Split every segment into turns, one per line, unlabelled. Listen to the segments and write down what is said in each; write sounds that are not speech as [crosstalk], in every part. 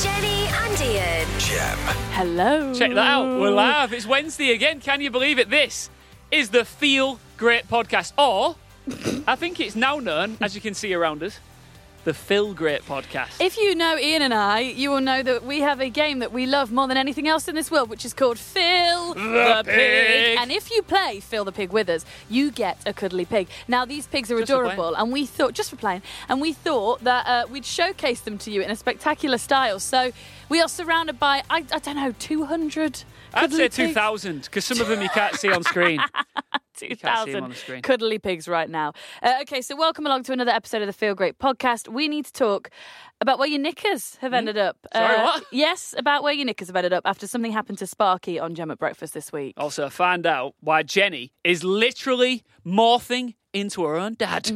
Jenny and Ian.
Gem.
Hello.
Check that out.
Mm.
We're live. It's Wednesday again. Can you believe it? This is the Feel Great podcast, or I think it's now known, as you can see around us, the Feel Great podcast.
If you know Ian and I, you will know that we have a game that we love more than anything else in this world, which is called Phil the,
Pig.
And if you play Phil the Pig with us, you get a cuddly pig. Now, these pigs are
Just for
adorable, and we thought, just for playing, and we thought that uh, we'd showcase them to you in a spectacular style. So we are surrounded by, I, I don't know, 200.
I'd
cuddly
say
pigs?
2000 because some of them you can't see on screen. can't see 'em on
2,000
the screen.
cuddly pigs right now. Uh, okay, so welcome along to another episode of the Feel Great podcast. We need to talk about where your knickers have ended up.
Hmm?
Uh,
Sorry, what?
Yes, about where your knickers have ended up after something happened to Sparky on Gem at Breakfast this week.
Also, find out why Jenny is literally morphing into her own dad.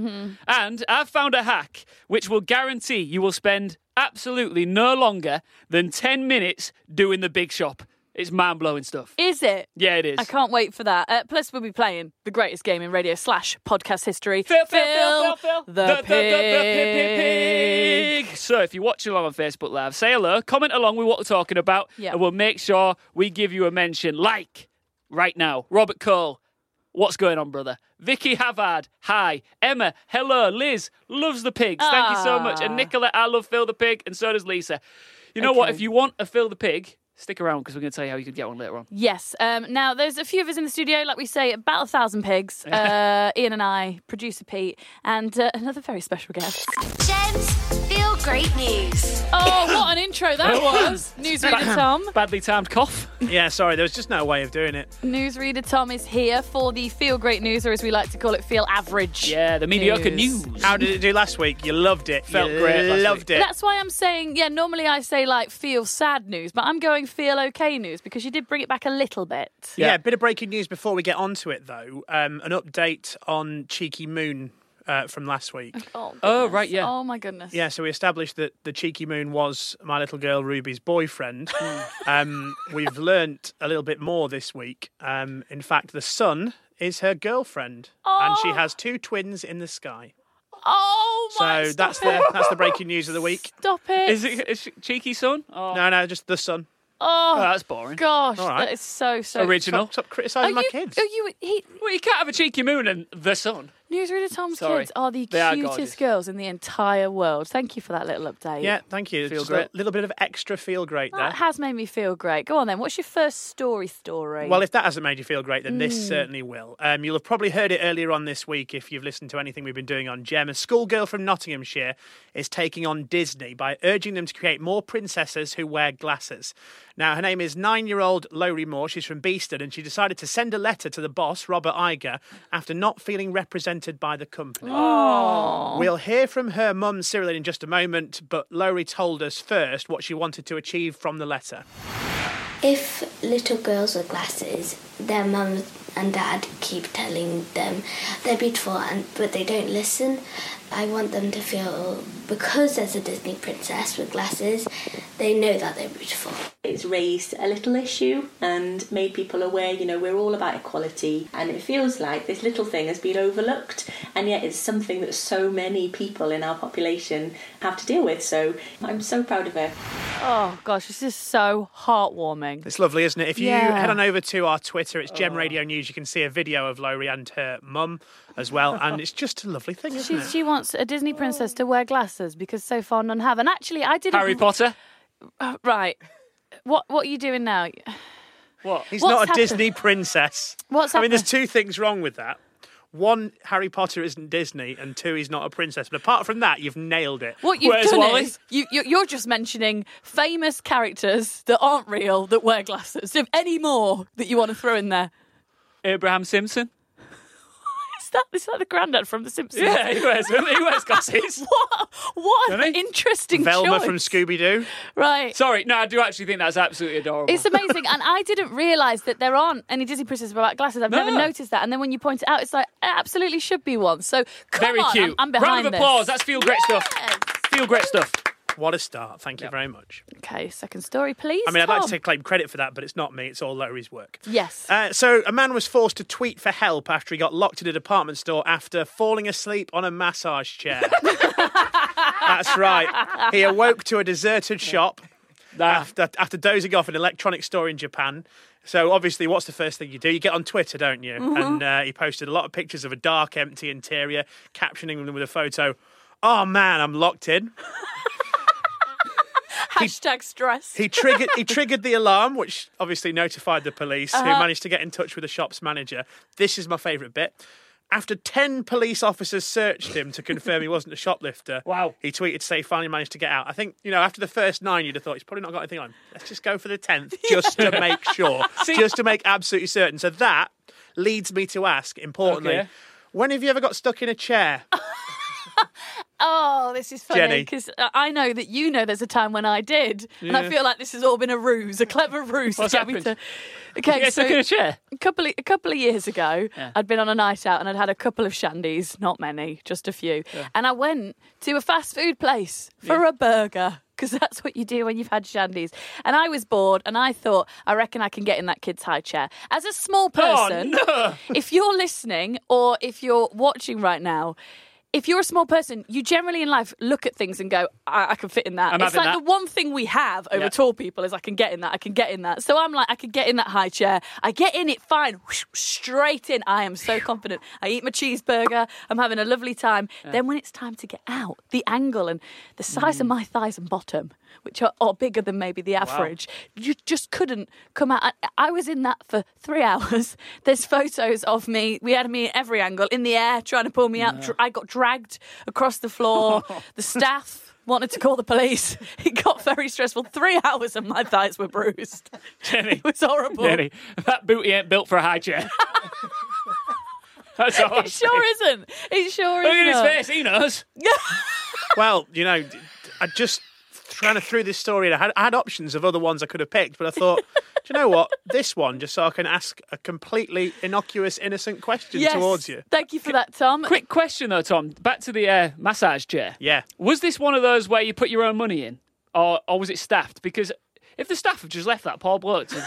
And I've found a hack which will guarantee you will spend absolutely no longer than 10 minutes doing the big shop. It's mind blowing stuff.
Is it?
Yeah, it is.
I can't wait for that. Uh, plus, we'll be playing the greatest game in radio slash podcast history.
Phil, Phil, Phil, Phil, Phil.
the,
the, the,
pig.
pig. So if you're watching along on Facebook Live, say hello, comment along with what we're talking about,
Yeah.
and we'll make sure we give you a mention. Like right now, Robert Cole. What's going on, brother? Vicky Havard, hi. Emma, hello. Liz, loves the pigs. Thank you so much.
Ah.
And Nicola, I love Phil the Pig, and so does Lisa. You know what?
Okay.
If you want a Phil the Pig, stick around because we're going to tell you how you can get one later on.
Yes. Um, now, there's a few of us in the studio, like we say, about a thousand
[laughs]
pigs. Uh, Ian and I, producer Pete, and uh, another very special guest.
Gem's Feel Great News.
Oh, what an intro that was! Newsreader Tom.
Badly timed cough.
Yeah, sorry, there was just no way of doing it.
Newsreader Tom is here for the Feel Great News, or as we like to call it, Feel Average.
Yeah, the mediocre
News.
news.
How did it do last week? You loved it.
Felt
You
great last
Loved it.
That's why I'm saying, yeah, normally I say like feel sad news, but I'm going feel okay news because you did bring it back a little bit.
yeah.
Yeah.
a bit of breaking news before we get onto it, though. Um, an update on Cheeky Moon uh, from last week.
Oh,
Oh,
goodness.
right, yeah.
Oh, my goodness.
Yeah, so we established that the Cheeky Moon was my little girl Ruby's boyfriend.
Hmm.
um, we've learnt a little bit more this week. Um, in fact, the sun is her girlfriend, and she
Oh.
has two twins in the sky.
Oh, my
So that's
stop
the
[laughs] it.
that's the breaking news of
[laughs]
the week.
Stop it.
Is it is it cheeky son? Oh,
No, no, just the sun.
Oh,
oh, that's boring.
gosh.
All right.
That is so, so.
Original.
Stop, stop
Are
criticising
you,
my kids.
are you, he,
Well, you can't have a cheeky moon and
[laughs]
the sun.
Newsreader Tom's
Sorry.
kids are the
They are gorgeous.
cutest girls in the entire world. Thank you for that little update.
Yeah, thank you.
Feel
Just
great.
a little bit of extra feel great there.
That has made me feel great. Go on then. What's your first story story?
Well, if that hasn't made you feel great, then this certainly will. Um, you'll have probably heard it earlier on this week if you've listened to anything we've been doing on Gem. A schoolgirl from Nottinghamshire is taking on Disney by urging them to create more princesses who wear glasses. Now, her name is nine year old Lowry Moore. She's from Beeston, and she decided to send a letter to the boss, Robert Iger, after not feeling represented by the company. We'll hear from her mum, Cyril, in just a moment, but Lowry told us first what she wanted to achieve from the letter.
If little girls with glasses, their mum and dad keep telling them they're beautiful, and but they don't listen. I want them to feel because there's a Disney princess with glasses, they know that they're beautiful.
it's raised a little issue and made people aware, you know, we're all about equality. And it feels like this little thing has been overlooked, and yet it's something that so many people in our population have to deal with. So I'm so proud of her.
oh gosh, this is so heartwarming.
It's lovely, isn't it? If you
Yeah. Oh.
head on over to our Twitter, it's Gem Radio News. You can see a video of Lowry and her mum as well, and it's just a lovely thing, isn't
She,
it?
she wants a Disney princess to wear glasses because so far none have. And actually, I didn't.
Harry Potter.
Right. What what are you doing now?
What?
He's
What's
not a
happened?
Disney princess.
What's
I mean, there's
happened?
two things wrong with that. One, Harry Potter isn't Disney, and two, he's not a princess. But apart from that, you've nailed it. [laughs]
What you've
Where's
done
Wally?
is you, you you're just mentioning famous characters that aren't real that wear glasses. Do you have any more that you want to throw in there?
Abraham Simpson.
Is that is that the granddad from The Simpsons?
Yeah, he wears them. [laughs] He wears glasses.
[laughs] What what an
Really?
interesting
Velma
choice.
from Scooby Doo.
right.
Sorry, no, I do actually think that's absolutely adorable.
It's amazing, and I didn't realise that there aren't any Disney princesses without glasses. I've never
No.
noticed that, and then when you point it out, it's like there absolutely should be one. So come
Very
on, I'm-
cute.
I'm, behind
Round of
this.
applause. That's feel great stuff.
Yes.
Feel great stuff.
What a start. Thank you very much.
Okay, second story, please.
I mean, I'd like to
Tom.
take claim credit for that, but it's not me. It's all Lowry's work.
Yes.
Uh, so, a man was forced to tweet for help after he got locked in a department store after falling asleep on a massage chair. That's right. He awoke to a deserted shop.
Nah.
after after dozing off an electronic store in Japan. So obviously, what's the first thing you do? You get on Twitter, don't you? And uh, he posted a lot of pictures of a dark, empty interior, captioning them with a photo. Oh man, I'm locked in.
Hashtag stress.
He triggered he triggered the alarm, which obviously notified the police, who
Uh-huh.
managed to get in touch with the shop's manager. This is my favourite bit. After ten police officers searched him to confirm he wasn't a shoplifter,
Wow.
he tweeted to say he finally managed to get out. I think you know after the first nine, you'd have thought he's probably not got anything on. Let's just go for the
[laughs]
tenth, just to make sure, just to make absolutely certain. So that leads me to ask, importantly,
Okay.
when have you ever got stuck in a chair?
Oh, this is funny
Jenny.
because I know that you know there's a time when I did, and I
Yeah.
feel like this has all been a ruse, a clever ruse.
What's
to get me
happened?
to- Okay,
Yes,
so
look in a chair.
[laughs] a couple of, a couple of years ago, I'd been on a night out and I'd had a couple of shandies, not many, just a few, and I went to a fast food place for a burger. Because [laughs] that's what you do when you've had shandies. And I was bored and I thought, I reckon I can get in that kid's high chair. As a small person,
Oh
if you're listening or if you're watching right now, if you're a small person, you generally in life look at things and go, I, I can fit in that.
I'm
it's like
having
the
that.
one thing we have over
Yeah.
tall people is I can get in that, I can get in that. So I'm like, I can get in that high chair. I get in it fine, whoosh, straight in. I am so confident. I eat my cheeseburger. I'm having a lovely time. Then when it's time to get out, the angle and the size of my thighs and bottom, which are, are bigger than maybe the average, you just couldn't come out. I, I was in that for three [laughs] hours. There's photos of me. We had me at every angle in the air trying to pull me out. Dr- I got dragged across the floor. the staff wanted to call the police. [laughs] It got very stressful. Three hours and my thighs were bruised. [laughs]
Jenny,
It was horrible.
Jenny, that booty ain't built for a high chair.
[laughs]
[laughs] That's all. I'm
It
[laughs] saying.
sure isn't. It sure
Look
isn't.
at his face. He knows.
Well, you know, I just kind of threw this story in. I had, I had options of other ones I could have picked, but I thought, do you know what? This one, just so I can ask a completely innocuous, innocent question
Yes.
towards you.
Thank you for that, Tom.
Quick question though, Tom. Back to the uh, massage chair.
Yeah.
Was this one of those where you put your own money in, or or was it staffed? Because if the staff have just left that poor bloke to,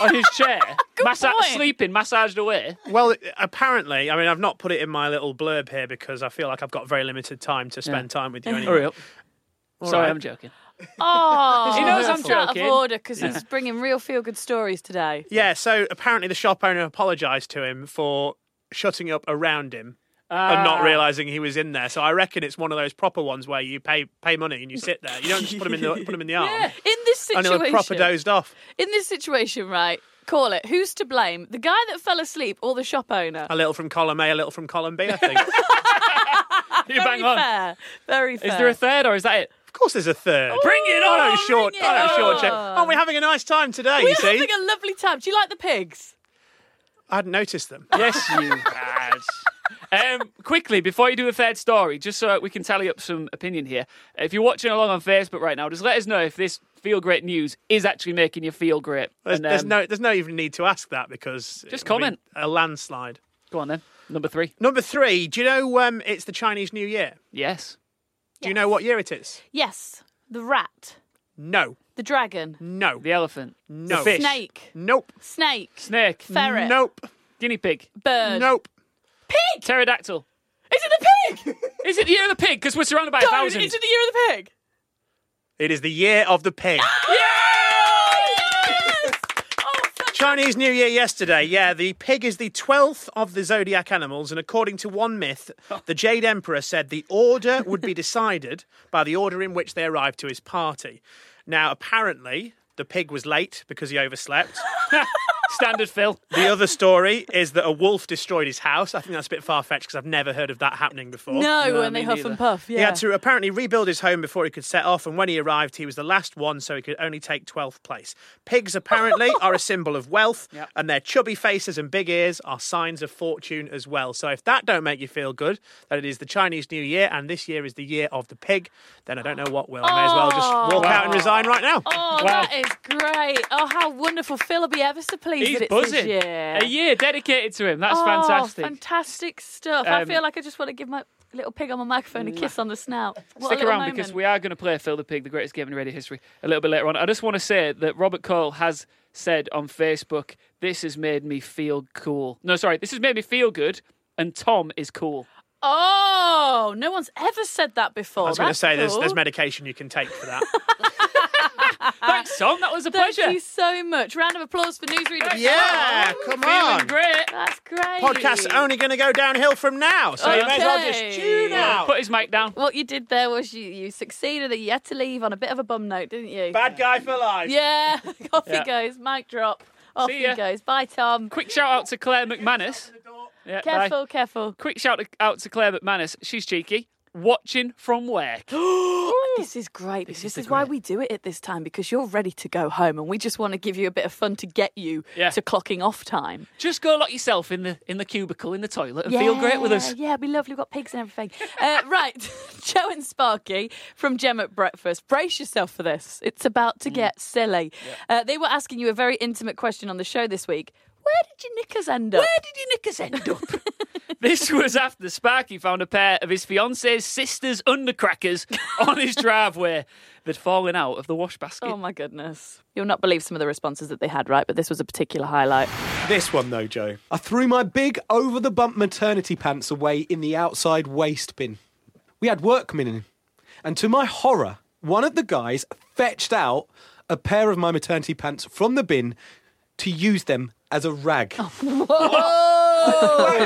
on his chair, massa-
point.
sleeping, massaged away,
Well, apparently, I mean, I've not put it in my little blurb here because I feel like I've got very limited time to spend time with you. Anyway.
hurry up. Sorry,
right.
I'm joking.
Oh,
He knows I'm
that's out of
joking.
order because he's bringing real feel good stories today.
Yeah, so apparently the shop owner apologised to him for shutting up around him. and
Ah.
not realizing he was in there, so I reckon it's one of those proper ones where you pay pay money and you sit there. You don't just put him in the put
[laughs]
him in the arm.
Yeah, in this
[laughs] and he'll
situation,
have proper dozed off.
in this situation, right? Call it. Who's to blame? The guy that fell asleep or the shop owner?
Uh,
A little from column A, a little from column B,
[laughs]
I think. of
You
Very
bang on.
fair. Very fair.
Is there a third, or is that it?
course there's a third.
Bring it
Oh,
on!
no, short,
it
oh, no, short check.
on.
Aren't we having a nice time today,
We're
you see?
having a lovely time. Do you like the pigs?
I hadn't noticed them.
Yes, you had. Um, quickly, before you do a third story, just so we can tally up some opinion here, if you're watching along on Facebook right now, just let us know if this feel great news is actually making you feel great.
There's,
And,
there's
um,
no, there's no even need to ask that because
Just
it would be
comment.
a landslide.
Go on then. Number three.
Number three. Do you know um, it's the Chinese New Year?
Yes.
Do you know what year it is?
Yes. The rat.
No,
The dragon.
no,
The elephant.
no.
fish.
Snake.
Nope.
Snake.
Snake.
Ferret.
Nope.
Guinea pig.
Bird.
Nope.
Pterodactyl.
Is it
[laughs]
the pig?
Is it the year of the pig? Because we're surrounded by a
Don't. Is
thousand.
it the year of the pig?
It is the year of the pig.
Yes. Oh, fuck.
Chinese New Year yesterday. Yeah, the pig is the 12th of the zodiac animals, and according to one myth, the Jade Emperor said the order would be decided by the order in which they arrived to his party. Now, apparently, the pig was late because he overslept.
[laughs] Standard Phil.
The other story is that a wolf destroyed his house. I think that's a bit far fetched because I've never heard of that happening before.
No,
Oh, No,
when they
me
huff
neither.
and puff. Yeah.
He had to apparently rebuild his home before he could set off, and when he arrived, he was the last one, so he could only take 12th place.
[laughs]
Pigs apparently are a symbol of wealth,
Yep.
and their chubby faces and big ears are signs of fortune as well. So if that don't make you feel good, that it is the Chinese New Year, and this year is the year of the pig, then I don't know what will. I may as well just walk out and resign right now.
Oh, that is great. Oh, how wonderful. Phil will be ever so pleased
He's
that it's this
buzzing.
year.
A year dedicated to him. That's
oh,
fantastic.
Fantastic stuff. I
Um,
feel like I just want to give my little pig on my microphone a kiss on the snout. What a
Stick
little
around
moment.
because we are going to play Phil the Pig, the greatest game in radio history, a little bit later on. I just want to say that Robert Cole has said on Facebook, "This has made me feel cool." No, sorry, this has made me feel good. And Tom is cool.
Oh, no one's ever said that before.
I was going to
That's
say there's,
cool. [laughs]
there's medication you can take for that.
Thanks, Tom. That was a
Thank
pleasure.
you so much. Round of applause for Newsreader.
Yeah, come
Feeling
on.
great.
That's great.
Podcast's only going to go downhill from now, so you may as well
Okay.
just tune out.
Put his mic down.
What you did there was you, you succeeded that you had to leave on a bit of a bum note, didn't you?
Bad guy for life.
Yeah. [laughs] Off
Yeah.
he goes. Mic drop. Off
See
he
ya.
goes. Bye, Tom.
Quick shout out to Claire McManus. Yeah, bye.
Careful, careful.
Quick shout out to Claire McManus. She's cheeky. Watching
[gasps]
from work.
This is great. This, is why we do it at this time because you're ready to go home and we just want to give you a bit of fun to get you
Yeah.
to clocking off time.
Just go lock yourself in the in the cubicle in the toilet and feel great with us.
Yeah, it'd be lovely. We've got pigs and everything. uh, [laughs] right, Joe and Sparky from Gem at Breakfast. Brace yourself for this. It's about
Mm.
to get silly. Uh, they were asking you a very intimate question on the show this week. Where did your knickers end up?
Where did your knickers end up? [laughs] this was after Sparky found a pair of his fiance's sister's
[laughs]
undercrackers on his driveway. They'd fallen out of the wash basket.
Oh my goodness. You'll not believe some of the responses that they had, right? But this was a particular highlight.
This one, though, Joe.
I threw my big over the bump maternity pants away in the outside waste bin. We had workmen in, and to my horror, one of the guys fetched out a pair of my maternity pants from the bin to use them as a rag. I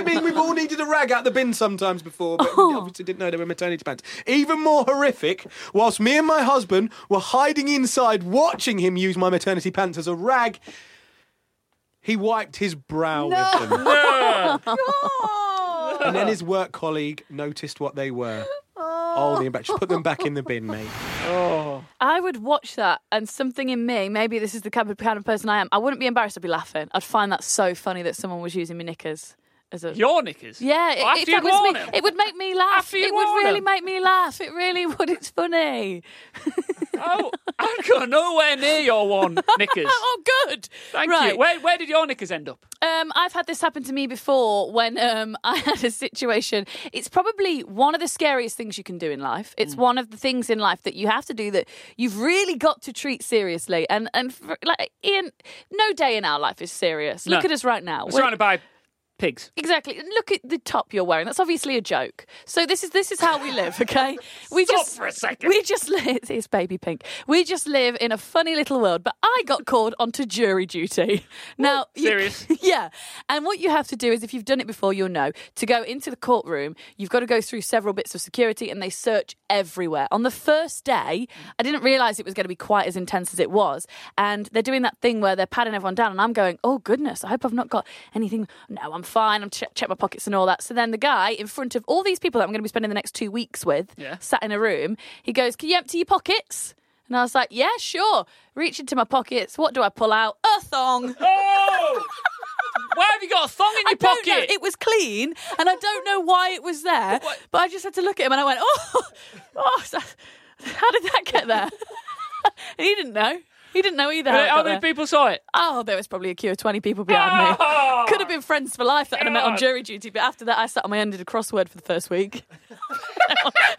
mean, we've all needed a rag out the bin sometimes before, but we obviously didn't know they were maternity pants. Even more horrific, whilst me and my husband were hiding inside watching him use my maternity pants as a rag, he wiped his brow with them. And then his work colleague noticed what they were. Oh, the just put them back in the bin, mate.
I would watch that and something in me, maybe this is the kind of, kind of person I am, I wouldn't be embarrassed, I'd be laughing. I'd find that so funny that someone was using my knickers as a.
Your knickers.
Yeah,
Well,
it,
after
if
you'd
that was
worn
me,
them.
it would make
[laughs]
me laugh.
After you'd
it would
worn
really
them.
make me laugh. It really [laughs] would. It's funny.
Oh, I'd go nowhere near
[laughs]
your one knickers.
Oh, good.
Thank
right.
you. Where, where did your knickers end up?
Um, I've had this happen to me before when um, [laughs] I had a situation. It's probably one of the scariest things you can do in life. It's
Mm.
one of the things in life that you have to do that you've really got to treat seriously. And and for, like Ian, no day in our life is serious. Look
No.
at us right now.
I'm
We're-
surrounded by pigs.
Exactly. And look at the top you're wearing. That's obviously a joke. So this is this is how we live, okay?
[laughs]
We
Stop
just
for a second.
We just [laughs] live it's baby pink. We just live in a funny little world, but I got called onto jury duty. [laughs] Now you-
serious?
[laughs] yeah. And what you have to do is if you've done it before, you'll know. To go into the courtroom, you've got to go through several bits of security and they search everywhere. On the first day, I didn't realise it was going to be quite as intense as it was. And they're doing that thing where they're padding everyone down and I'm going, oh goodness, I hope I've not got anything. No, I'm fine. I'm check, check my pockets and all that. So then the guy in front of all these people that I'm going to be spending the next two weeks with,
Yeah.
sat in a room, he goes, can you empty your pockets? And I was like, yeah, sure. Reach into my pockets. What do I pull out? A thong.
Oh! [laughs] Why have you got a thong in your
I
pocket?
don't know. It was clean, and I don't know why it was there. But, I just had to look at him, and I went, "Oh, [laughs] oh, so- how did that get there?" [laughs] and he didn't know. He didn't know either. how it
How
got
many
there.
people saw
[laughs]
it?
Oh, there was probably a queue of twenty people behind
Oh!
me. Could have been friends for life that I'd have met on
God.
jury duty, but after that, I sat on my end did a crossword for the first week. [laughs]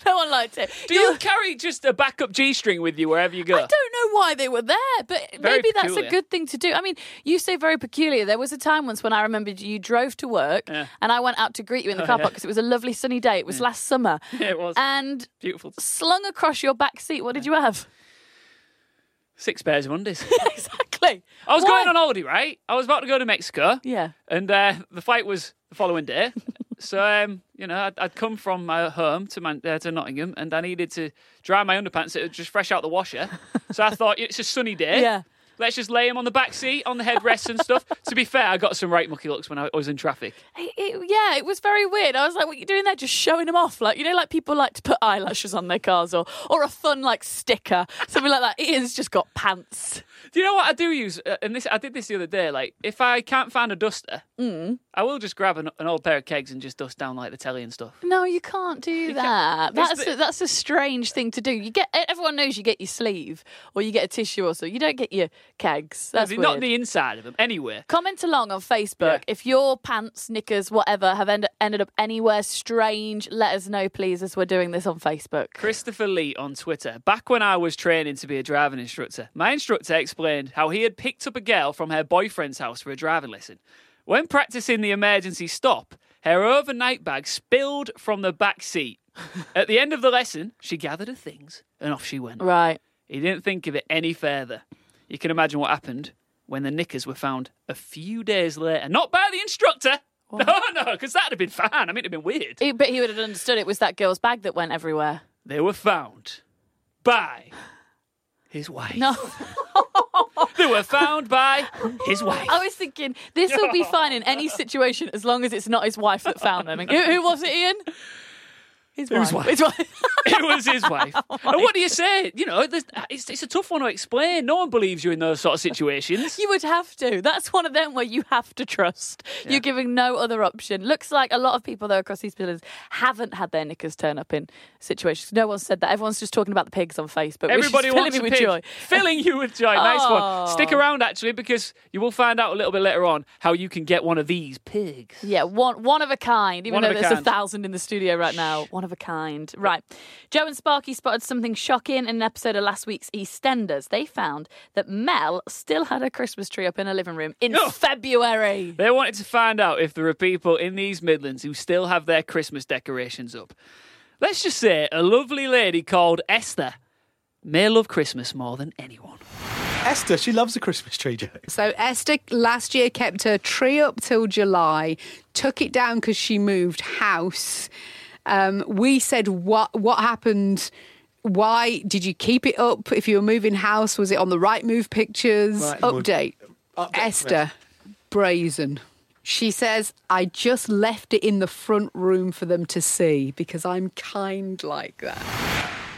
no one liked it.
Do you carry just a backup G string with you wherever you go?
I don't know why they were there, but
Very
maybe that's a
peculiar.
good thing to do. I mean, you say very peculiar. There was a time once when I remembered you drove to work and I went out to greet you in the car park because it was a lovely sunny day. It was last summer.
Oh, [laughs] Yeah, it was.
And
Beautiful.
slung across your back seat, what did you have? [laughs]
Six pairs of undies.
exactly.
I was
Why-
going on holiday, right? I was about to go to Mexico.
Yeah.
And uh, the flight was the following
[laughs]
day. so, um, you know, I'd, I'd come from my home to, Man- uh, to Nottingham and I needed to dry my underpants that were just fresh out
[laughs]
the washer. so I thought, it's a sunny day.
Yeah.
Let's just lay him on the back seat, on the headrests and
[laughs]
stuff. to be fair, I got some right mucky looks when I was in traffic.
It- it- yeah, it was very weird. I was like, "What you doing there? Just showing them off, like you know, like people like to put eyelashes on their cars or or a fun like sticker, something like that." Ian's just got pants.
Do you know what I do use? Uh, and this I did this the other day. Like, if I can't find a duster,
Mm.
I will just grab an, an old pair of kegs and just dust down like the telly and stuff.
No, you can't do that.
There's
That's
the-
a, that's a strange thing to do. You get e, everyone knows you get your sleeve or you get a tissue or so. You don't get your kegs. That's weird.
not the inside of them. Anyway,
Comment along on Facebook
Yeah.
if your pants, knickers, whatever have end- ended up anywhere strange. Let us know, please, as we're doing this on Facebook.
Christopher Lee on Twitter. Back when I was training to be a driving instructor, my instructor explained how he had picked up a girl from her boyfriend's house for a driving lesson. When practicing the emergency stop, her overnight bag spilled from the back seat. At the end of the lesson, she gathered her things and off she went.
Right.
He didn't think of it any further. You can imagine what happened when the knickers were found a few days later. Not by the instructor. [laughs] No, no, because that'd have been fine. I mean, it'd have been weird.
He, but he would have understood it was that girl's bag that went everywhere.
They were found by his wife.
No,
They were found by
[laughs]
his wife.
I was thinking this will
[laughs]
be fine in any situation as long as it's not his wife that found them. And who, who was it, Ian? His wife.
was wife.
His wife.
[laughs]
[laughs]
it was his
Oh
wife. and what do you say? You know, there's- uh, it's, it's a tough one to explain. No one believes you in those sort of situations.
You would have to. That's one of them where you have to trust. You're giving no other option. Looks like a lot of people, though, across these pillars haven't had their knickers turn up in situations. No one's said that. Everyone's just talking about the pigs on Facebook.
Everybody
which is filling
wants
me
a
with
pig.
joy.
Filling you with joy. Nice
Oh.
one. Stick around, actually, because you will find out a little bit later on how you can get one of these pigs.
Yeah, one one of a kind. Even
One
though
of a
there's a
kind.
thousand in the studio right now, one of a kind. Right, Joe and Sparky spotted something shocking in an episode of last week's EastEnders. They found that Mel still had her Christmas tree up in her living room in
Oh.
February.
They wanted to find out if there are people in these Midlands who still have their Christmas decorations up. Let's just say a lovely lady called Esther may love Christmas more than anyone.
Esther, she loves a Christmas tree, Joe.
So Esther last year kept her tree up till July, took it down because she moved house. Um, we said, "What what happened? Why did you keep it up? If you were moving house, was it on the right move pictures?
Right Move.
Update.
Update.
Esther, brazen. She says, "I just left it in the front room for them to see because I'm kind like that."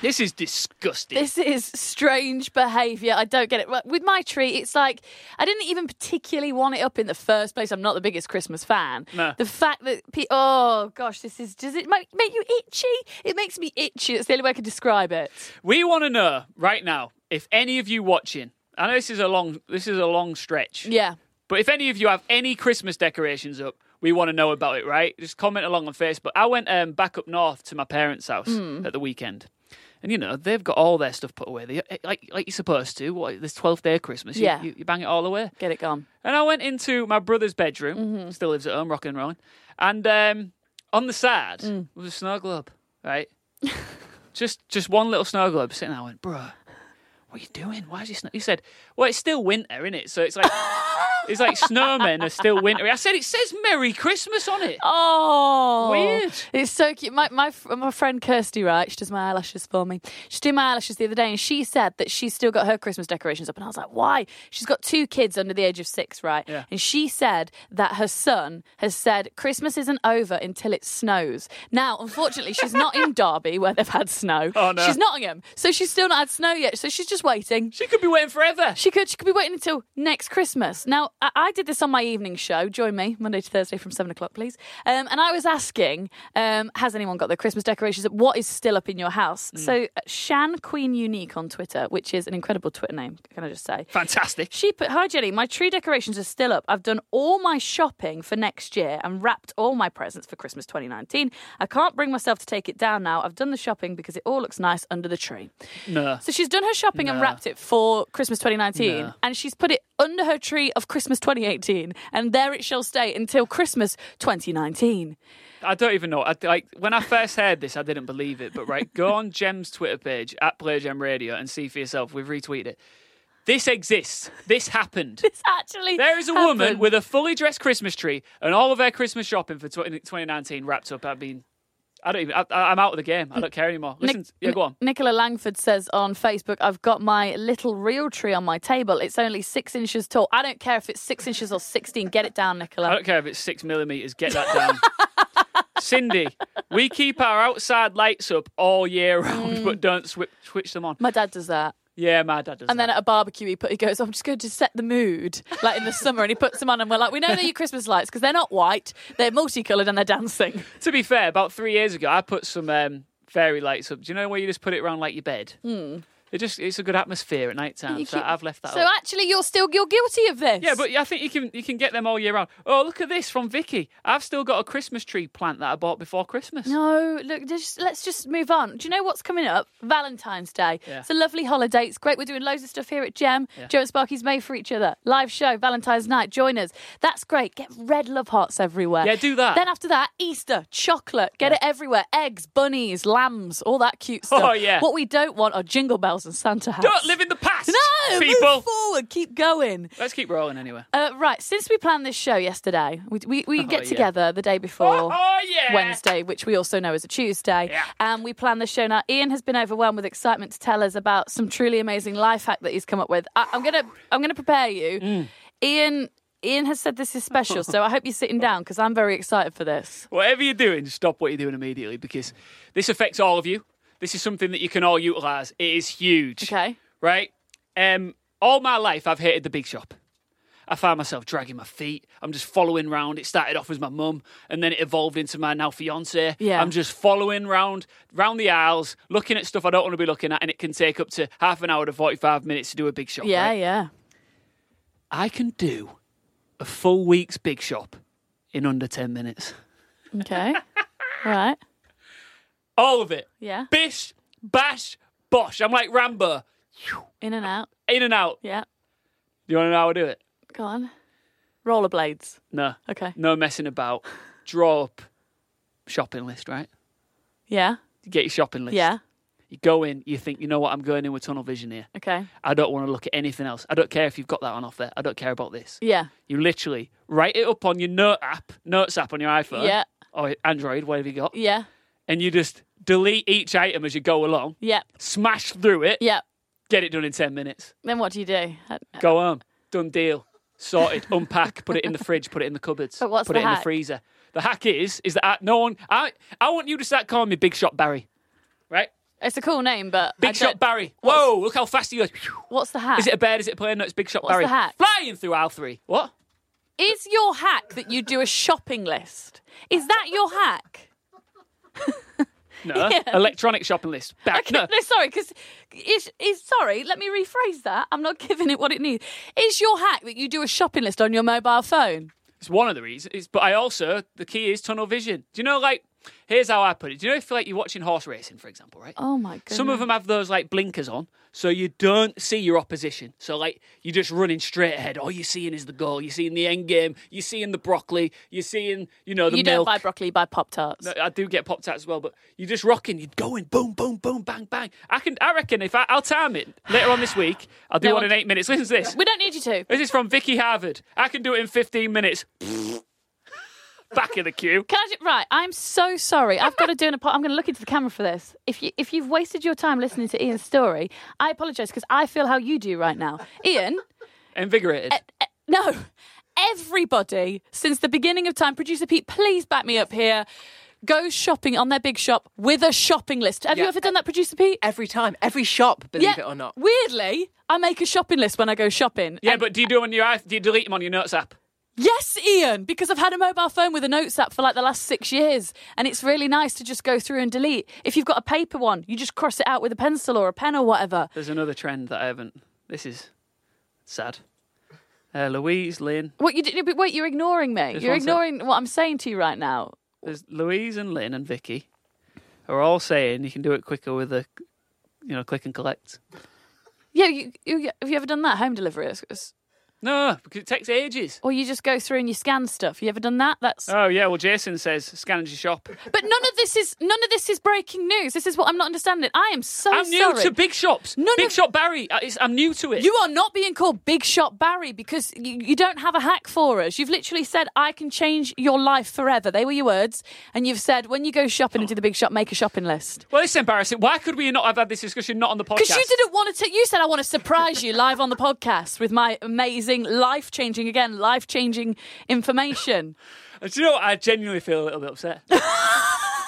This is disgusting.
This is strange behaviour. I don't get it. Well, With my tree, it's like I didn't even particularly want it up in the first place. I'm not the biggest Christmas fan.
No.
The fact that pe- oh gosh, this is does it make, make you itchy? It makes me itchy. It's the only way I can describe it.
We want to know right now if any of you watching. I know this is a long this is a long stretch.
Yeah.
But if any of you have any Christmas decorations up, we want to know about it, right? Just comment along on Facebook. I went um, back up north to my parents' house at the weekend. And you know they've got all their stuff put away. They, like like you're supposed to. What this twelfth day of Christmas? you-
Yeah.
you, you bang it all away.
Get it gone.
And I went into my brother's bedroom, still lives at home, rocking and rolling. And um, on the side was a snow globe, right? just just one little snow globe sitting there. I went, bruh, what are you doing? Why is it snow? He said, well, it's still winter, is it? So it's like, it's like snowmen are still wintry. I said, it says Merry Christmas on it.
Oh,
Weird.
It's so cute. My my fr- my friend Kirsty, right? She does my eyelashes for me. She did my eyelashes the other day, and she said that she's still got her Christmas decorations up. And I was like, why? She's got two kids under the age of six, right?
Yeah.
And she said that her son has said Christmas isn't over until it snows. Now, unfortunately, she's not
[laughs]
in Derby where they've had snow.
Oh, no.
She's Nottingham, so she's still not had snow yet. So she's just waiting.
She could be waiting forever.
She could. She could be waiting until next Christmas. Now, I, I did this on my evening show. Join me Monday to Thursday from seven o'clock, please. Um, and I was asking, um, has anyone got their Christmas decorations? up? What is still up in your house? So, uh, Shan Queen Unique on Twitter, which is an incredible Twitter name, can I just say?
Fantastic.
She put, Hi Jenny, my tree decorations are still up. I've done all my shopping for next year and wrapped all my presents for Christmas 2019. I can't bring myself to take it down now. I've done the shopping because it all looks nice under the tree.
No.
So she's done her shopping and
No.
wrapped it for Christmas 2019,
No.
and she's put it under her tree of Christmas 2018, and there it shall stay until Christmas 2019.
I don't even know. I, like when I first heard this, I didn't believe it. But right, go on Gem's Twitter page at Play Gem Radio and see for yourself. We've retweeted it. This exists.
[laughs]
This happened.
It's actually
There is a woman
happened.
with a fully dressed Christmas tree and all of her Christmas shopping for 20, 2019 wrapped up. I mean, I don't even. I, I'm out of the game. I don't care anymore. Listen,
Nic-
yeah, go on.
Nicola Langford says on Facebook, I've got my little real tree on my table. It's only six inches tall. I don't care if it's six inches or 16. Get it down,
I
Nicola.
don't care if it's six millimeters. Get that
[laughs]
down. Cindy, we keep our outside lights up all year round,
Mm.
but don't swi- switch them on.
My dad does that.
Yeah, my dad does.
And then at a barbecue, he, put, he goes, I'm just going to set the mood, like in the summer. And he puts them on, and we're like, we know they're your Christmas lights because they're not white, they're multicoloured, and they're dancing.
To be fair, about three years ago, I put some um, fairy lights up. Do you know where you just put it around like your bed? Mm. It just it's a good atmosphere at night time.
Hmm. You
So
keep-
I've left that.
So
up.
actually, you're still you're guilty of this.
yeah, but I think you can you can get them all year round. Oh, look at this from Vicky. I've still got a Christmas tree plant that I bought before Christmas.
no, look, just, let's just move on. Do you know what's coming up? Valentine's Day.
Yeah.
It's a lovely holiday. It's great. We're doing loads of stuff here at Gem. Joe and Sparky's made for each other. Live show, Valentine's night. Join us. That's great. Get red love hearts everywhere.
Yeah, do that.
Then after that, Easter, chocolate. Get it everywhere. Eggs, bunnies, lambs, all that cute stuff.
Oh, yeah.
What we don't want are jingle bells dolls and Santa hats.
Don't live in the past,
no,
people.
move forward. Keep going.
Let's keep rolling anyway.
Uh, right, since we planned this show yesterday, we, we,
[laughs]
we get
Oh, yeah.
together the day
Oh,
before
yeah.
Wednesday, which we also know is a Tuesday,
Yeah.
and we plan the show. Now, Ian has been overwhelmed with excitement to tell us about some truly amazing life hack that he's come up with. I, I'm gonna I'm gonna prepare you,
Mm.
Ian. Ian has said this is special, so I hope you're sitting down because I'm very excited for this.
Whatever you're doing, stop what you're doing immediately because this affects all of you. This is something that you can all utilize. It is huge.
Okay.
Right? Um, all my life, I've hated the big shop. I found myself dragging my feet. I'm just following round. It started off with my mum, and then it evolved into my now fiance.
Yeah.
I'm just following round round the aisles, looking at stuff I don't want to be looking at, and it can take up to half an hour to 45 minutes to do a big shop.
Yeah,
right?
yeah.
I can do a full week's big shop in under 10 minutes. [laughs]
Okay. All right.
All of it.
Yeah.
Bish, bash, bosh. I'm like Rambo,
In and out.
in and out.
Yeah.
Do you want to know how I do it?
Go on. Rollerblades.
No.
Okay.
No
[laughs]
messing about. Draw up shopping list, right?
Yeah.
You get your shopping list.
Yeah.
You go in, you think, you know what, I'm going in with tunnel vision here.
Okay.
I don't want to look at anything else. I don't care if you've got that on offer. I don't care about this.
Yeah.
You literally write it up on your note app, notes app on your iPhone
Yeah.
or Android, whatever you got,
Yeah.
and you just delete each item as you go along,
Yeah.
smash through it,
Yeah.
get it done in 10 minutes.
Then what do you do? Uh,
Go home. Done deal. Sorted. Unpack. Put it in the fridge. Put it in the cupboards.
But what's
put
the
it in
hack?
the freezer. The hack is is that I, no one. I I want you to start calling me Big Shot Barry, right?
It's a cool name, but I
Big Shot
don't-
Barry. Whoa! Look how fast he goes.
What's the hack?
Is it a bird? Is it a plane? No, it's Big Shot
What's
Barry.
the hack?
Flying through aisle three. What?
Is your hack that you do a shopping list? Is that your hack? [laughs]
No. Electronic shopping list. Barry.
Okay,
No.
[laughs] no. sorry, because is is sorry. Let me rephrase that. I'm not [laughs] giving it what it needs. Is your hack that you do a shopping list on your mobile phone?
It's one of the reasons. It's, but I also the key is tunnel vision. Do you know like? Here's how I put it. Do you know if like you're watching horse racing, for example, right?
Oh my god.
Some of them have those like blinkers on, so you don't see your opposition. So like you're just running straight ahead. All you're seeing is the goal. You're seeing the end game. You're seeing the broccoli. You're seeing you know the
you don't
milk.
buy broccoli, you buy pop tarts.
No, I do get popped out as well, but you're just rocking. You're going boom, boom, boom, bang, bang. I can. I reckon if I, I'll time it later on this week, I'll do
No,
one
I'll-
in eight minutes. Listen to this.
We don't need you to.
This is from Vicky Harvard. I can do it in 15 minutes. [laughs] Back in the queue.
Can I ju- right, I'm so sorry. I've got to do an. apo- I'm going to look into the camera for this. If you if you've wasted your time listening to Ian's story, I apologise because I feel how you do right now, Ian.
Invigorated.
e- no, everybody since the beginning of time, producer Pete, please back me up here. Goes shopping on their big shop with a shopping list. Have you
Yeah.
ever done that, producer Pete?
Every time, every shop, believe it or not.
Weirdly, I make a shopping list when I go shopping.
Yeah,
And-
but do you do it on your iPhone? Do you delete them on your notes app?
yes, Ian, because I've had a mobile phone with a notes app for like the last six years, and it's really nice to just go through and delete. If you've got a paper one, you just cross it out with a pencil or a pen or whatever.
There's another trend that I haven't. This is sad. Uh, Louise, Lynn.
What you did? but Wait, you're ignoring me.
Just
you're
one sec.
ignoring what I'm saying to you right now.
There's Louise and Lynn and Vicky are all saying you can do it quicker with a, you know, click and collect.
Yeah, you, you, have you ever done that home delivery? It's- it's-
No, because it takes ages.
Or you just go through and you scan stuff. You ever done that? That's
Oh yeah, well Jason says scan and your shop.
but none of this is none of this is breaking news. This is what I'm not understanding. I am so
I'm new
Oh, sorry.
to big shops.
None
big
of-
shop Barry. I- it's- I'm new to it.
you are not being called Big Shot Barry because you, you don't have a hack for us. You've literally said, I can change your life forever. They were your words. And you've said, when you go shopping and do the big shop, make a shopping list.
Well, it's embarrassing. Why could we not have had this discussion not on the podcast?
Because you didn't want to, you said, I want to surprise you live on the podcast with my amazing, life changing, again, life changing information.
Do you know what? I genuinely feel a little
[laughs]
bit upset.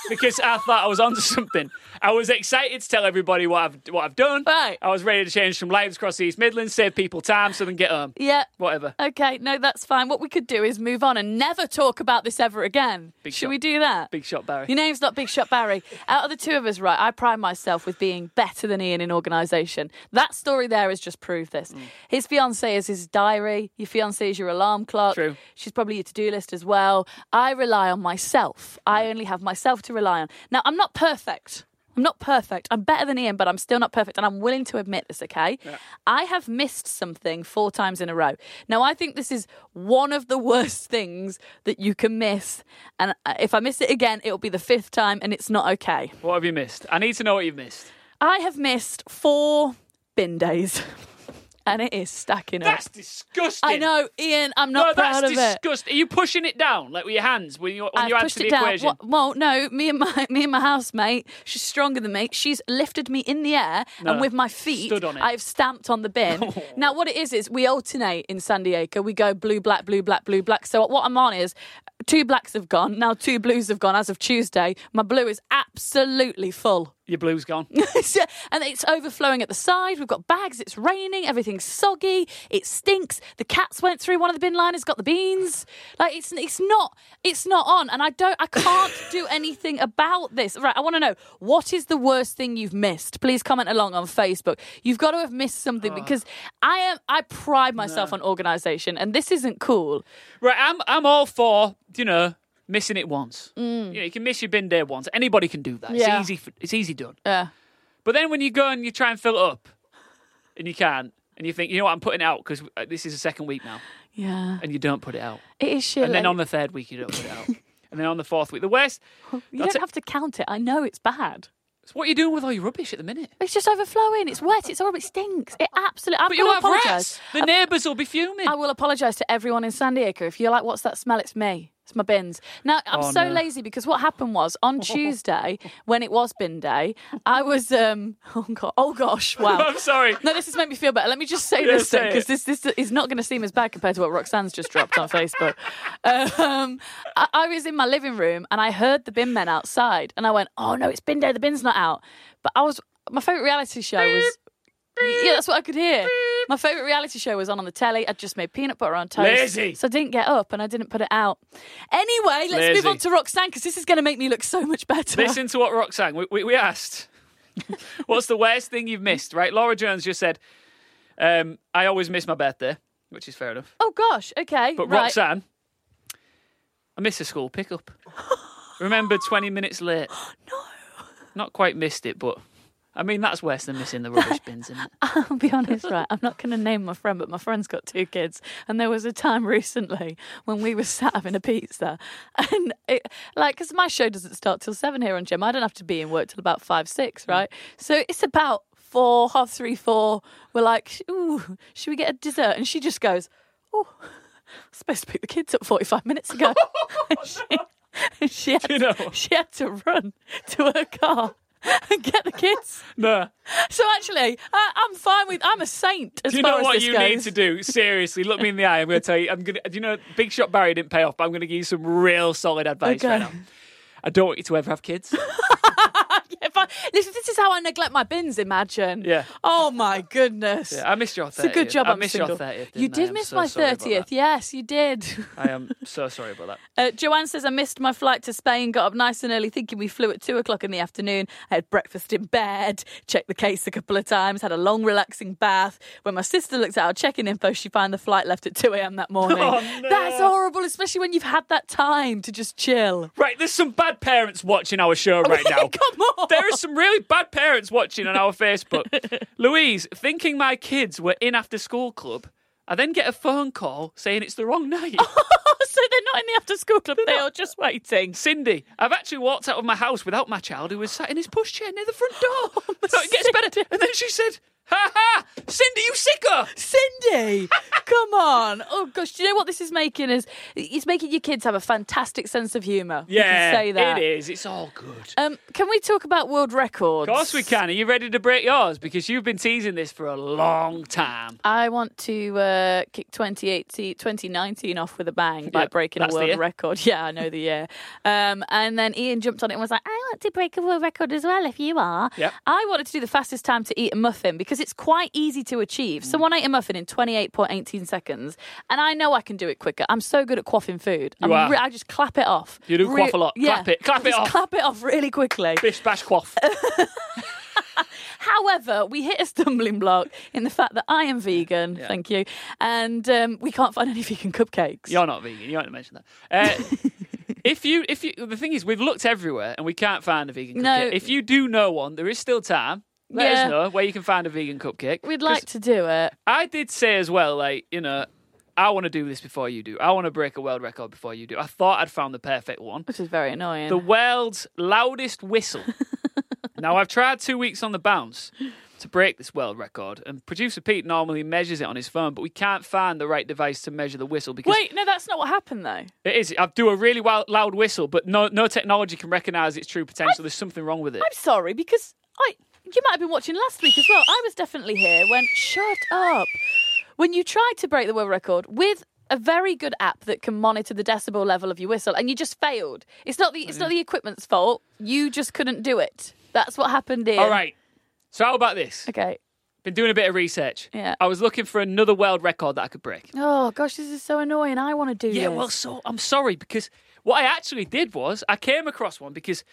because I thought I was onto something. I was excited to tell everybody what I've what I've done.
Right.
I was ready to change some lives across the East Midlands, save people time so they can get home.
yeah.
Whatever.
Okay, no, that's fine. What we could do is move on and never talk about this ever again.
Big
Should
shot.
we do that?
Big shot, Barry.
Your name's not Big Shot Barry. Out of the two of us, right, I pride myself with being better than Ian in organisation. That story there has just proved this.
Mm.
His fiance is his diary. Your fiance is your alarm clock.
True.
She's probably your to do list as well. I rely on myself. I only have myself to rely on. Now, I'm not perfect. I'm not perfect. I'm better than Ian, but I'm still not perfect. And I'm willing to admit this, okay? I have missed something four times in a row. Now, I think this is one of the [laughs] worst things that you can miss. And uh, if I miss it again, it'll be the fifth time and it's not okay.
What have you missed? I need to know what you've missed.
I have missed four bin days. [laughs] And it is stacking up.
That's disgusting.
I know, Ian, I'm not
no,
proud
that's
of it.
disgusting. Are you pushing it down, like with your hands, when you on
I've
your hands
pushed
to the
it down.
equation?
Wha- Well, no, me and my me and my housemate, she's stronger than me. She's lifted me in the air, and with my feet,
stood on it.
I've stamped on the bin.
[laughs]
[laughs] now, what it is is we alternate in San Diego. We go blue, black, blue, black, blue, black. So what I'm on is two blacks have gone. Now two blues have gone as of Tuesday. My blue is absolutely full.
Your blue's gone.
So- and it's overflowing at the side. We've got bags. It's raining. Everything's soggy. It stinks. The cats went through one of the bin liners, got the beans. Like it's it's not it's not on. And I don't I
[laughs]
can't do anything about this. Right. I want to know what is the worst thing you've missed. Please comment along on Facebook. You've got to have missed
Ah.
something because I am I pride myself on organisation, and this isn't cool.
Right, I'm I'm all for you know missing it once. You know, you can miss your bin day once. Anybody can do that.
Mm. Yeah.
It's easy. For, it's easy done.
Yeah.
But then when you go and you try and fill it up, and you can't, and you think, you know what, I'm putting it out because this is the second week now,
Yeah.
and you don't put it out,
It is shit.
and then
like-
on the third week you don't put
[laughs]
it out, and then on the fourth week, the worst.
you
that's
don't
it.
have to count it. I know it's bad.
It's what are you doing with all your rubbish at the minute?
It's just overflowing. It's wet. It's horrible. It stinks. It absolutely.
But
I'm
you'll
going
have
to apologise.
rats. The neighbours will be fuming.
I will apologise to everyone in San Diego. If you're like, what's that smell? It's me. It's my bins. Now, I'm
Oh,
so
no.
lazy because what happened was
[laughs]
on Tuesday, when it was bin day, I was, um, [laughs] oh, God, oh gosh, wow.
[laughs] I'm sorry.
No, this has made me feel better. Let me just say
[laughs] Yeah,
this
say it.
because this this is not going to seem as bad compared to what Roxanne's just dropped on Facebook. [laughs] Um, I, I was in my living room and I heard the bin men outside, and I went, "Oh no, it's bin day. The bin's not out." But I was my favorite reality show was. [laughs] Yeah, that's what I could hear. My favourite reality show was on on the telly. I'd just made peanut butter on toast.
Lazy.
So I didn't get up and I didn't put it out. Anyway, let's move
Lazy.
on to Roxanne because this is going to make me look so much better.
Listen to what Roxanne, we, we, we asked, [laughs] what's the worst thing you've missed, right? Laura Jones just said, um, I always miss my birthday, which is fair enough.
oh, gosh. Okay.
But
right.
Roxanne, I miss a school pickup.
[gasps]
Remember 20 minutes late. no. Not quite missed it, but I mean, that's worse than missing the rubbish bins, isn't it?
[laughs] I'll be honest, right? I'm not going to name my friend, but my friend's got two kids, and there was a time [laughs] recently when we were sat having a pizza, and it, like, because my show doesn't start till seven here on Gem, I don't have to be in work till about five,
Mm.
six, right? So it's about four, half three, four. We're like, ooh, should we get a dessert? And she just goes, oh, I was [laughs] supposed to pick the kids up 45 minutes
[laughs]
ago. And she, and she, had,
you know?
she had to run to her car and get the kids.
No.
So actually, I, I'm fine with. I'm a saint as
Do you
far
know
as
what
this
you
goes.
need to do? Seriously, look me in the eye. I'm going to tell you. I'm going to. Do you know Big Shot Barry didn't pay off, but I'm going to give you some real solid advice
Okay.
right now. I don't want you to ever
[laughs]
have kids.
[laughs] If I, listen, this is how I neglect my bins. Imagine.
Yeah.
Oh my goodness.
Yeah, I missed your 30th.
It's a good job.
I
am
missed
single.
your 30th.
You
didn't I?
did
I'm
miss
so
my
sorry about
thirtieth.
that.
Yes, you did. [laughs]
I am so sorry about that.
Uh, Joanne says I missed my flight to Spain. Got up nice and early, thinking we flew at two o'clock in the afternoon. I had breakfast in bed. Checked the case a couple of times. Had a long, relaxing bath. When my sister looked at our check-in info, she found the flight left at two a.m.
[laughs]
that morning.
Oh, no.
That's horrible, especially when you've had that time to just chill.
Right, there's some bad parents watching our
[laughs]
show
Oh
right now.
Come on.
There are some really bad parents watching on our Facebook. Louise, thinking my kids were in after school club, I then get a phone call saying it's the wrong night.
[laughs] so they're not in the after school club. [laughs] They are just waiting.
Cindy, I've actually walked out of my house without my child who was sat in his pushchair near the front
[laughs] Oh,
door. [laughs] so it gets better. And then she said, Ha ha! Cindy, you sicker!
Cindy, come on! Oh gosh, do you know what this is making? Is it's making your kids have a fantastic sense of humour. We
[laughs] Yeah,
can say that.
it is. It's all good.
Um, can we talk about world records?
Of course we can. Are you ready to break yours? Because you've been teasing this for a long time.
I want to uh, kick 2018, 2019 off with a bang by
Yeah,
breaking a
that's the
world
year.
record. [laughs] Yeah, I know the year. Um, and then Ian jumped on it and was like, I want to break a world record as well if you are.
Yep.
I wanted to do the fastest time to eat a muffin because it's quite easy to
Mm.
achieve. Someone ate a muffin in 28.18 seconds. And I know I can do it quicker. I'm so good at quaffing food. I'm
are.
I just clap it off.
You do quaff a lot. Clap it. Clap it
Just
off.
Clap it off really quickly.
Bish bash quaff.
However, we hit a stumbling block in the fact that I am vegan. Thank you. And um, we can't find any [laughs] vegan cupcakes.
[laughs] You're not vegan. You ought to mention that. Uh, if you, if you, the thing is, we've looked everywhere and we can't find a vegan
No.
cupcake. If you do know one, there is still time. Let
Yeah.
us know where you can find a vegan cupcake.
We'd
'Cause
like to do it.
I did say as well, like you know, I want to do this before you do. I want to break a world record before you do. I thought I'd found the perfect one.
Which is very annoying. [laughs]
The world's loudest whistle. now I've tried two weeks on the bounce to break this world record. And producer Pete normally measures it on his phone, but we can't find the right device to measure the whistle because
Wait, no, that's not what happened though.
it is. I do a really wild, loud whistle, but no, no technology can recognise its true potential. There's something wrong with it.
I'm sorry because I you might have been watching last week as well. I was definitely here when shut up. When you tried to break the world record with a very good app that can monitor the decibel level of your whistle and you just failed. It's not the it's
Mm.
not the equipment's fault. You just couldn't do it. That's what happened here.
All right. So how about this?
Okay.
Been doing a bit of research.
Yeah.
I was looking for another world record that I could break.
Oh gosh, this is so annoying. I want to do
Yeah,
this.
well, so I'm sorry because what I actually did was I came across one because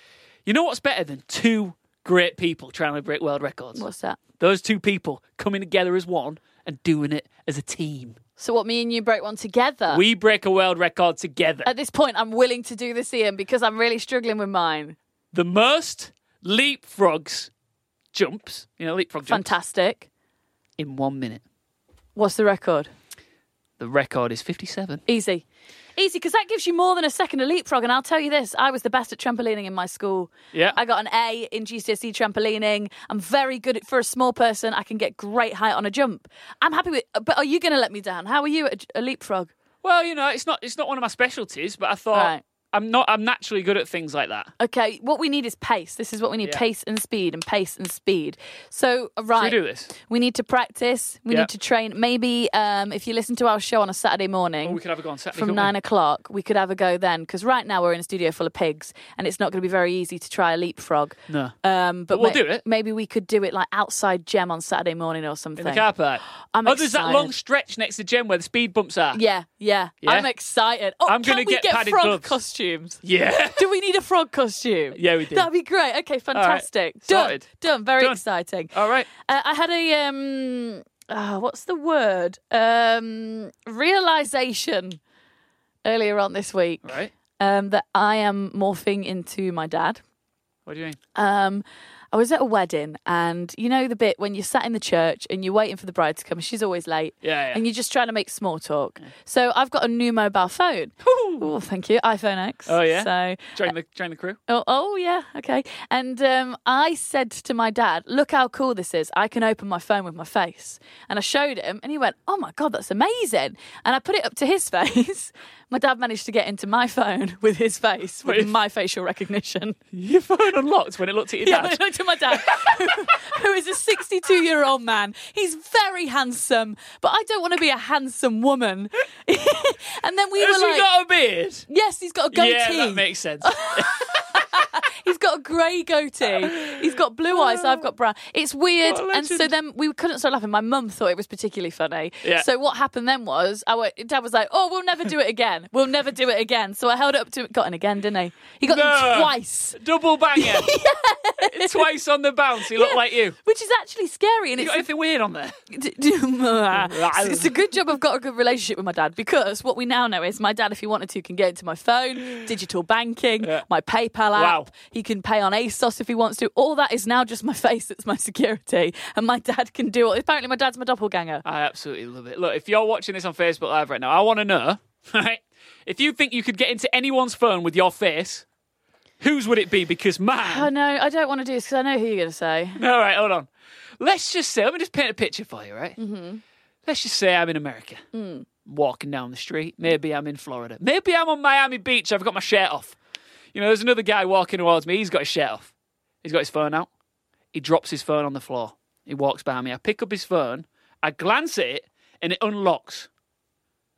you know what's better than two great people trying to break world records?
What's that?
Those two people coming together as one and doing it as a team.
So what? Me and you break one together.
we break a world record together.
At this point, I'm willing to do this, Ian, because I'm really struggling with mine.
the most leapfrogs jumps, you know, leapfrog jumps
Fantastic.
in one minute.
What's the record?
The record is 57.
Easy. Easy, because that gives you more than a second to leapfrog. And I'll tell you this I was the best at trampolining in my school.
Yeah.
I got an A in GCSE E trampolining. I'm very good at, for a small person, I can get great height on a jump. I'm happy with But are you going to let me down? How are you at a, a leapfrog?
Well, you know, it's not it's not one of my specialties, but I thought
Right.
I'm not I'm naturally good at things like that.
Okay, what we need is pace. This is what we need
Yeah.
pace and speed and pace and speed. So, uh, right.
Should we do this?
We need to practice. We
Yeah.
need to train. Maybe um, if you listen to our show on a Saturday morning.
Or we could have a go on Saturday,
from
couldn't we?
nine o'clock, we could have a go then, because right now we're in a studio full of pigs, and it's not going to be very easy to try a leapfrog.
No.
um, but,
But we'll
ma-
do it.
Maybe we could do it like outside gem on Saturday morning or something.
In the car park.
I'm
oh, there's that
excited.
long stretch next to Jen where the speed bumps are.
Yeah, yeah,
Yeah?
I'm excited. Oh,
I'm
can
gonna
we
get
get,
padded
frog
gloves.
costumes?
Yeah. [laughs]
Do we need a frog costume?
Yeah, we do.
That'd be great. Okay, fantastic. Done.
Sorted.
Done. Very
Done.
exciting.
All right.
Uh, I had a um, oh, what's the word? Um, realization earlier on this week
All right.
um, that I am morphing into my dad.
What do you mean?
Um, I was at a wedding, and you know the bit when you're sat in the church and you're waiting for the bride to come. She's always late,
Yeah, yeah.
and you're just trying to make small talk. So I've got a new mobile phone. Oh, thank you, iPhone X.
Oh, yeah?
So
Join the join the [laughs] crew.
Oh, oh yeah, okay. And um, I said to my dad, "Look how cool this is! I can open my phone with my face." And I showed him, and he went, "Oh my god, that's amazing!" And I put it up to his [laughs] face. my dad managed to get into my phone with his face, with
Wait.
my facial recognition. [laughs]
Your phone unlocked when it looked at your
Yeah, [laughs]
dad.
I looked at my dad, who- who is a 62 year old man. He's very handsome, but I don't want to be a handsome woman. [laughs] and then we
Has
were
he
like,
got a beard?
"Yes, he's got a goatee."
Yeah, that makes [laughs] sense.
He's got a grey goatee. He's got blue eyes. I've got brown. It's weird.
What a
And so
legend.
then we couldn't stop laughing. My mum thought it was particularly funny.
Yeah.
So what happened then was, I went, Dad was like, "Oh, we'll never do it again. We'll never do it again." So I held it up to got in again, didn't he? He got
No.
in twice.
Double [laughs] banger. Twice on the bounce. He looked
Yeah.
like you.
[laughs] Which is actually scary, and
You
it's
got anything weird on there?
D- d- [laughs] it's a good job I've got a good relationship with my dad because what we now know is my dad, if he wanted to, can get into my
[gasps]
phone, digital banking, my PayPal app.
Wow.
He can pay on ASOS if he wants to. All that is now just my [laughs] face that's my security, and my dad can do it. Apparently, my dad's my doppelganger.
[laughs] I absolutely love it. Look, if you're watching this on Facebook Live right now, I want to know, [laughs] right? If you think you could get into anyone's phone with your face, whose would it be? Because
Oh
mine.
no, I don't want to do this because I know who you're going to
[laughs]
say.
All right, hold on. Let's just say, let me just paint a picture for you, right? Mm-hmm. Let's just say I'm in America, walking down the street. Maybe I'm in Florida. Maybe I'm on Miami Beach. I've got my shirt off. You know, there's another guy walking towards me. He's got his shirt off. He's got his phone out. He drops his phone on the floor. He walks by me. I pick up his phone. I glance at it, and it unlocks.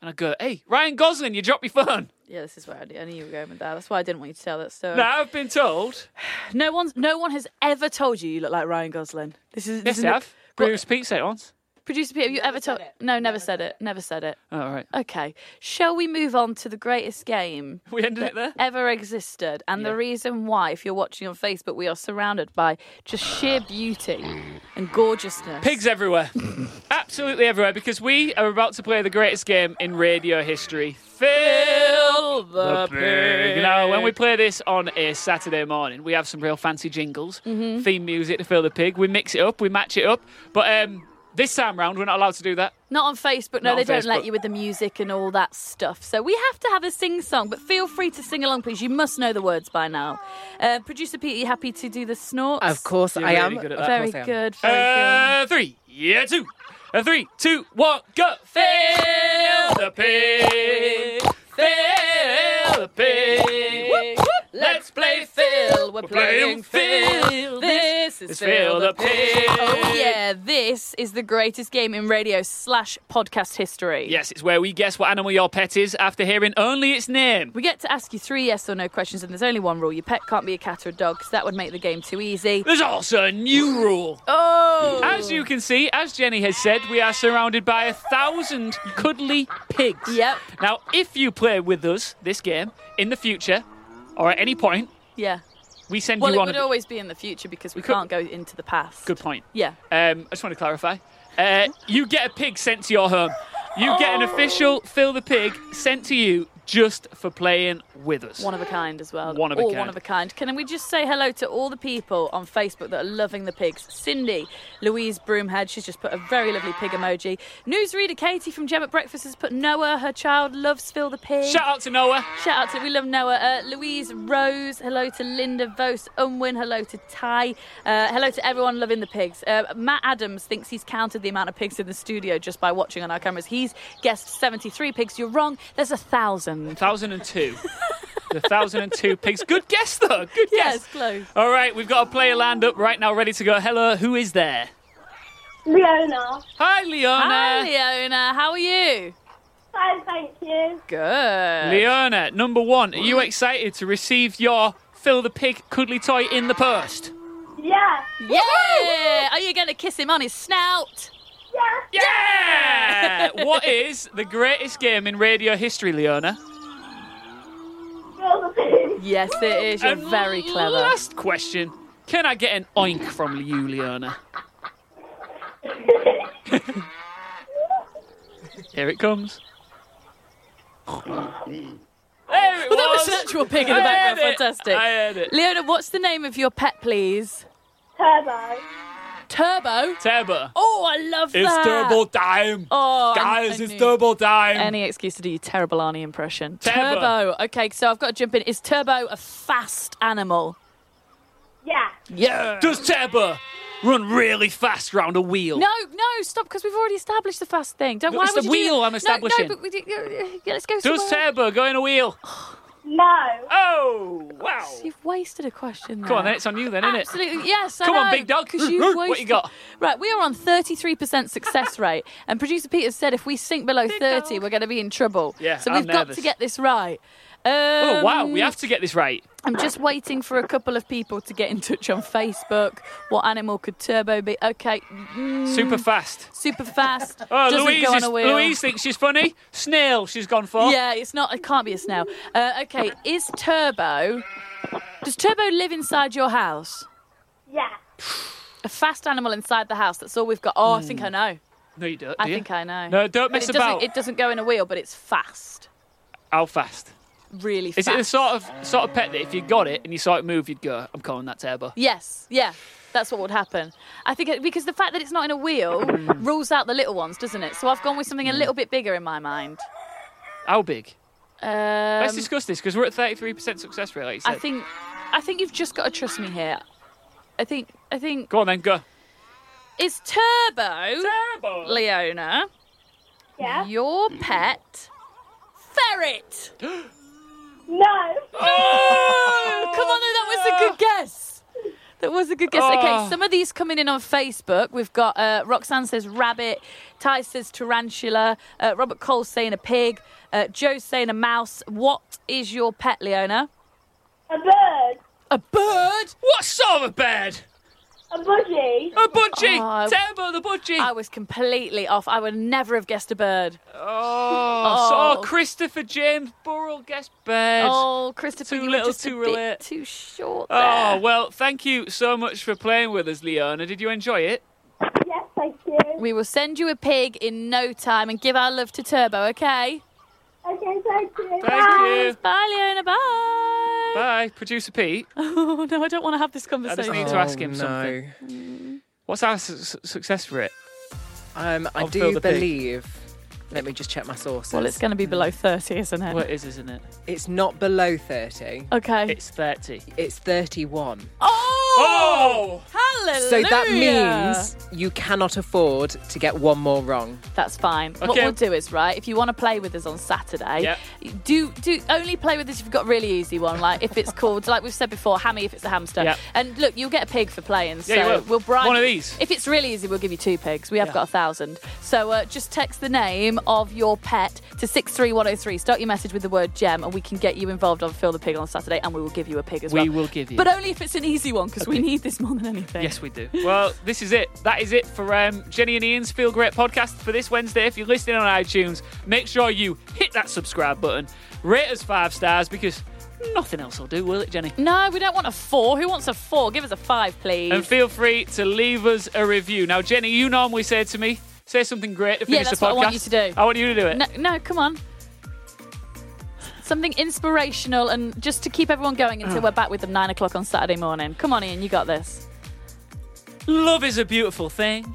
And I go, "Hey, Ryan Gosling, you dropped your phone."
Yeah, this is where I, I knew you were going with that. That's why I didn't want you to tell that story.
Now I've been told.
No one's, no one has ever told you you look like Ryan Gosling. This is this
Yes,
is
I have. Bruce Pete said it once.
Producer Pete, have you ever told? No, never said it. Never said it.
All right, [laughs]
Okay. Shall we move on to the greatest game
we ended it there.
ever existed and the reason why, if you're watching on Facebook, we are surrounded by just sheer beauty and gorgeousness?
Pigs [laughs] everywhere. Absolutely everywhere because we are about to play the greatest game in radio history. Phil the Pig. Now, when we play this on a Saturday morning, Mm-hmm. we have some real fancy jingles, theme music to Phil the Pig. We mix it up, we match it up. But um, This time round, we're not allowed to do that.
Not on Facebook. No,
Not
they
on
don't
Facebook.
let you with the music and all that stuff. So we have to have a sing song, but feel free to sing along, please. You must know the words by now. Uh, Producer Pete, are you happy to do the snorts?
Of course
You're
I am.
really good at
Of
that.
Very
course I am.
good. Very
Uh, three, yeah, two, uh, three, two, one, go. Fail the pig. Fail the pig. Let's play Phil. We're playing Phil.
good. This is
It's Phil the pig.
Oh yeah, this is the greatest game in radio slash podcast history.
Yes, it's where we guess what animal your pet is after hearing only its name.
We get to ask you three yes or no questions, and there's only one rule: your pet can't be a cat or a dog, so that would make the game too easy.
There's also a new rule.
Oh,
As you can see, as Jenny has said, we are surrounded by a thousand cuddly pigs.
Yep.
Now, if you play with us this game in the future or at any point,
yeah.
we send
Well,
you
it
on.
would
a-
always be in the future because we,
could-
can't go into the past.
Good point.
Yeah.
Um, I just want to clarify. Uh, you get a pig sent to your home. You get an official Phil the Pig sent to you just for playing with us.
One of a kind as well.
One of a
All
kind.
one of a kind. Can we just say hello to all the people on Facebook that are loving the pigs? Cindy, Louise Broomhead, she's just put a very lovely pig emoji. Newsreader Katie from Gem at Breakfast has put Noah, her child, loves Phil the pig.
Shout out to Noah.
Shout out to we love Noah, uh, Louise Rose. Hello to Linda Vos Unwin. Hello to Ty. Uh, hello to everyone loving the pigs. Uh, Matt Adams thinks he's counted the amount of pigs in the studio just by watching on our cameras. He's guessed 73 pigs. You're wrong. There's a thousand.
1002. the 1002 pigs. Good guess, though. Good guess.
Yes, close.
All right, we've got a player lined up right now, ready to go. Hello, who is there?
Leona.
Hi, Leona.
Hi, Leona. How are you?
Fine, thank you.
Good.
Leona, number one, are you excited to receive your Phil the Pig cuddly toy in the post?
Yeah.
yeah. Are you going to kiss him on his snout?
Yeah.
[laughs]
Yeah! what is the greatest game in radio history, Leona?
Girls are big.
Yes, it is. You're
And
very clever.
Last question. Can I get an oink from you,
[laughs]
Leona? Here it comes. There
Well,
it
that was
was.
an actual pig in the
I
background.
heard it.
Fantastic.
I heard it.
Leona, what's the name of your pet, please?
Turbo.
Turbo.
Turbo.
Oh, I love
It's
that.
turbo time.
Oh,
Guys,
I
it's
knew-
turbo time.
Any excuse to do your terrible Arnie impression.
Turbo.
Okay, so I've got to jump in. Is Turbo a fast animal?
Yeah.
Yeah.
Does turbo run really fast round a wheel?
No, no, stop, because we've already established the fast thing. Don't.
Oh. No,
why
it's
would
the
you do
wheel
that?
I'm
No,
establishing.
no, but we do, yeah, yeah, let's go
Does
somewhere.
turbo go in a wheel?
No.
Oh, wow.
else. You've wasted a question. There.
Come on, then it's on you then, isn't it?
Absolutely, yes. I
Come on,
know,
big dog.
'cause you
[laughs] What you
wasted-
got?
Right, we are on 33%
[laughs]
success rate, and producer Peter said if we sink below 30, we're going to be in trouble.
Yeah,
so
I'm
we've got
nervous.
to get this right.
Oh, wow,
Um,
we have to get this right.
I'm just waiting for a couple of people to get in touch on Facebook. What animal could Turbo be? Okay, mm,
Super fast.
super fast.
Oh,
doesn't
Louise,
go on
is-
a wheel.
Louise thinks she's funny. Snail, she's gone for.
Yeah, it's not. It can't be a snail. Uh, okay, is Turbo? Does Turbo live inside your house?
Yeah.
A fast animal inside the house. That's all we've got. Oh, I think I know.
No, you don't.
I
Hmm. do you?
think I know.
No, don't
But
mess
it
about.
Doesn't, it doesn't go in a wheel, but it's fast.
How fast?
Really fast.
Is it the sort of sort of pet that if you got it and you saw it move, you'd go, "I'm calling that turbo."
Yes. Yeah. That's what would happen. I think it, because the fact that it's not in a wheel
Hmm.
rules out the little ones, doesn't it? So I've gone with something a little bit bigger in my mind.
How big?
Um,
Let's discuss this because we're at 33% success rate. Like you
I
said.
think, I think you've just got to trust me here. I think, I think
Go on
[laughs]
then, go.
is Turbo
Turbo.
[laughs] Leona
Yeah.
your pet ferret?
No.
Oh, come on, though, that was a good guess. That was a good guess.
Oh.
Okay, some of these coming in on Facebook. We've got uh, Roxanne says rabbit, Ty says tarantula, uh, Robert Cole saying a pig, uh, Joe saying a mouse. What is your pet, Leona?
A bird.
A bird.
What sort of a bird?
A budgie.
A budgie.
Oh, I-
Turbo the budgie.
I was completely off. I would never have guessed a bird.
Oh,
Oh.
so Christopher James Burrell guest bird.
Oh, Christopher,
Too
you were
little,
just a
too
bit
relate.
too short.
Oh,
there.
well, thank you so much for playing with us, Leona. Did you enjoy it?
Yes, thank you.
we will send you a pig in no time and give our love to Turbo. Okay.
Okay, thank you.
Thank you.
Bye, Leona. Bye.
Bye. Producer Pete,
[laughs] Oh no, I don't want to have this
I
Oh,
conversation.
just need to ask him
no.
something. What's our su- su- success rate?
Um, I
I'll fill
do
the pig.
believe. Let me just check my sources.
Well, it's going to be below 30, isn't it?
Well, it is, isn't it?
It's not below 30.
Okay.
It's 30.
It's 31.
oh! Hallelujah!
So that means you cannot afford to get one more wrong.
That's fine. What
Okay.
we'll do is right. If you want to play with us on Saturday,
Yep.
do do only play with us if you've got a really easy one. Like if it's called, like we've said before, hammy if it's a hamster.
Yep.
And look, you'll get a pig for playing. so
you will.
we'll bribe
One of these.
If it's really easy, we'll give you two pigs. We have got a thousand. So uh, just text the name of your pet to six three one zero three. Start your message with the word gem, and we can get you involved on Phil the Pig on Saturday, and we will give you a pig as well.
We will give you.
But only if it's an easy one because we need this more than anything.
Yes, we do. Well, this is it. That is it for um, Jenny and Ian's Feel Great podcast for this Wednesday. If you're listening on iTunes, make sure you hit that subscribe button, rate us five stars because nothing else will do, will it, Jenny?
No, we don't want a four. Who wants a four? Give us a five, please.
And feel free to leave us a review. Now, Jenny, you normally say to me, say something great to
Yeah,
finish
that's
the podcast.
what I want you to do.
I want you to do it.
No, no, come on. Something inspirational and just to keep everyone going until we're back with them nine o'clock on Saturday morning. Come on, Ian, you got this.
Love is a beautiful thing.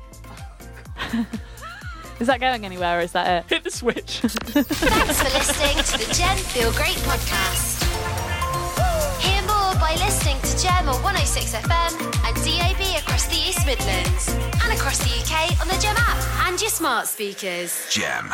Is that going anywhere or is that it?
Hit
[laughs]
the switch.
Thanks for listening to the Gem Feel Great podcast. Hear more by listening to Gem on 106 FM and DAB across the East Midlands and across the UK on the Gem app and your smart speakers.
Gem.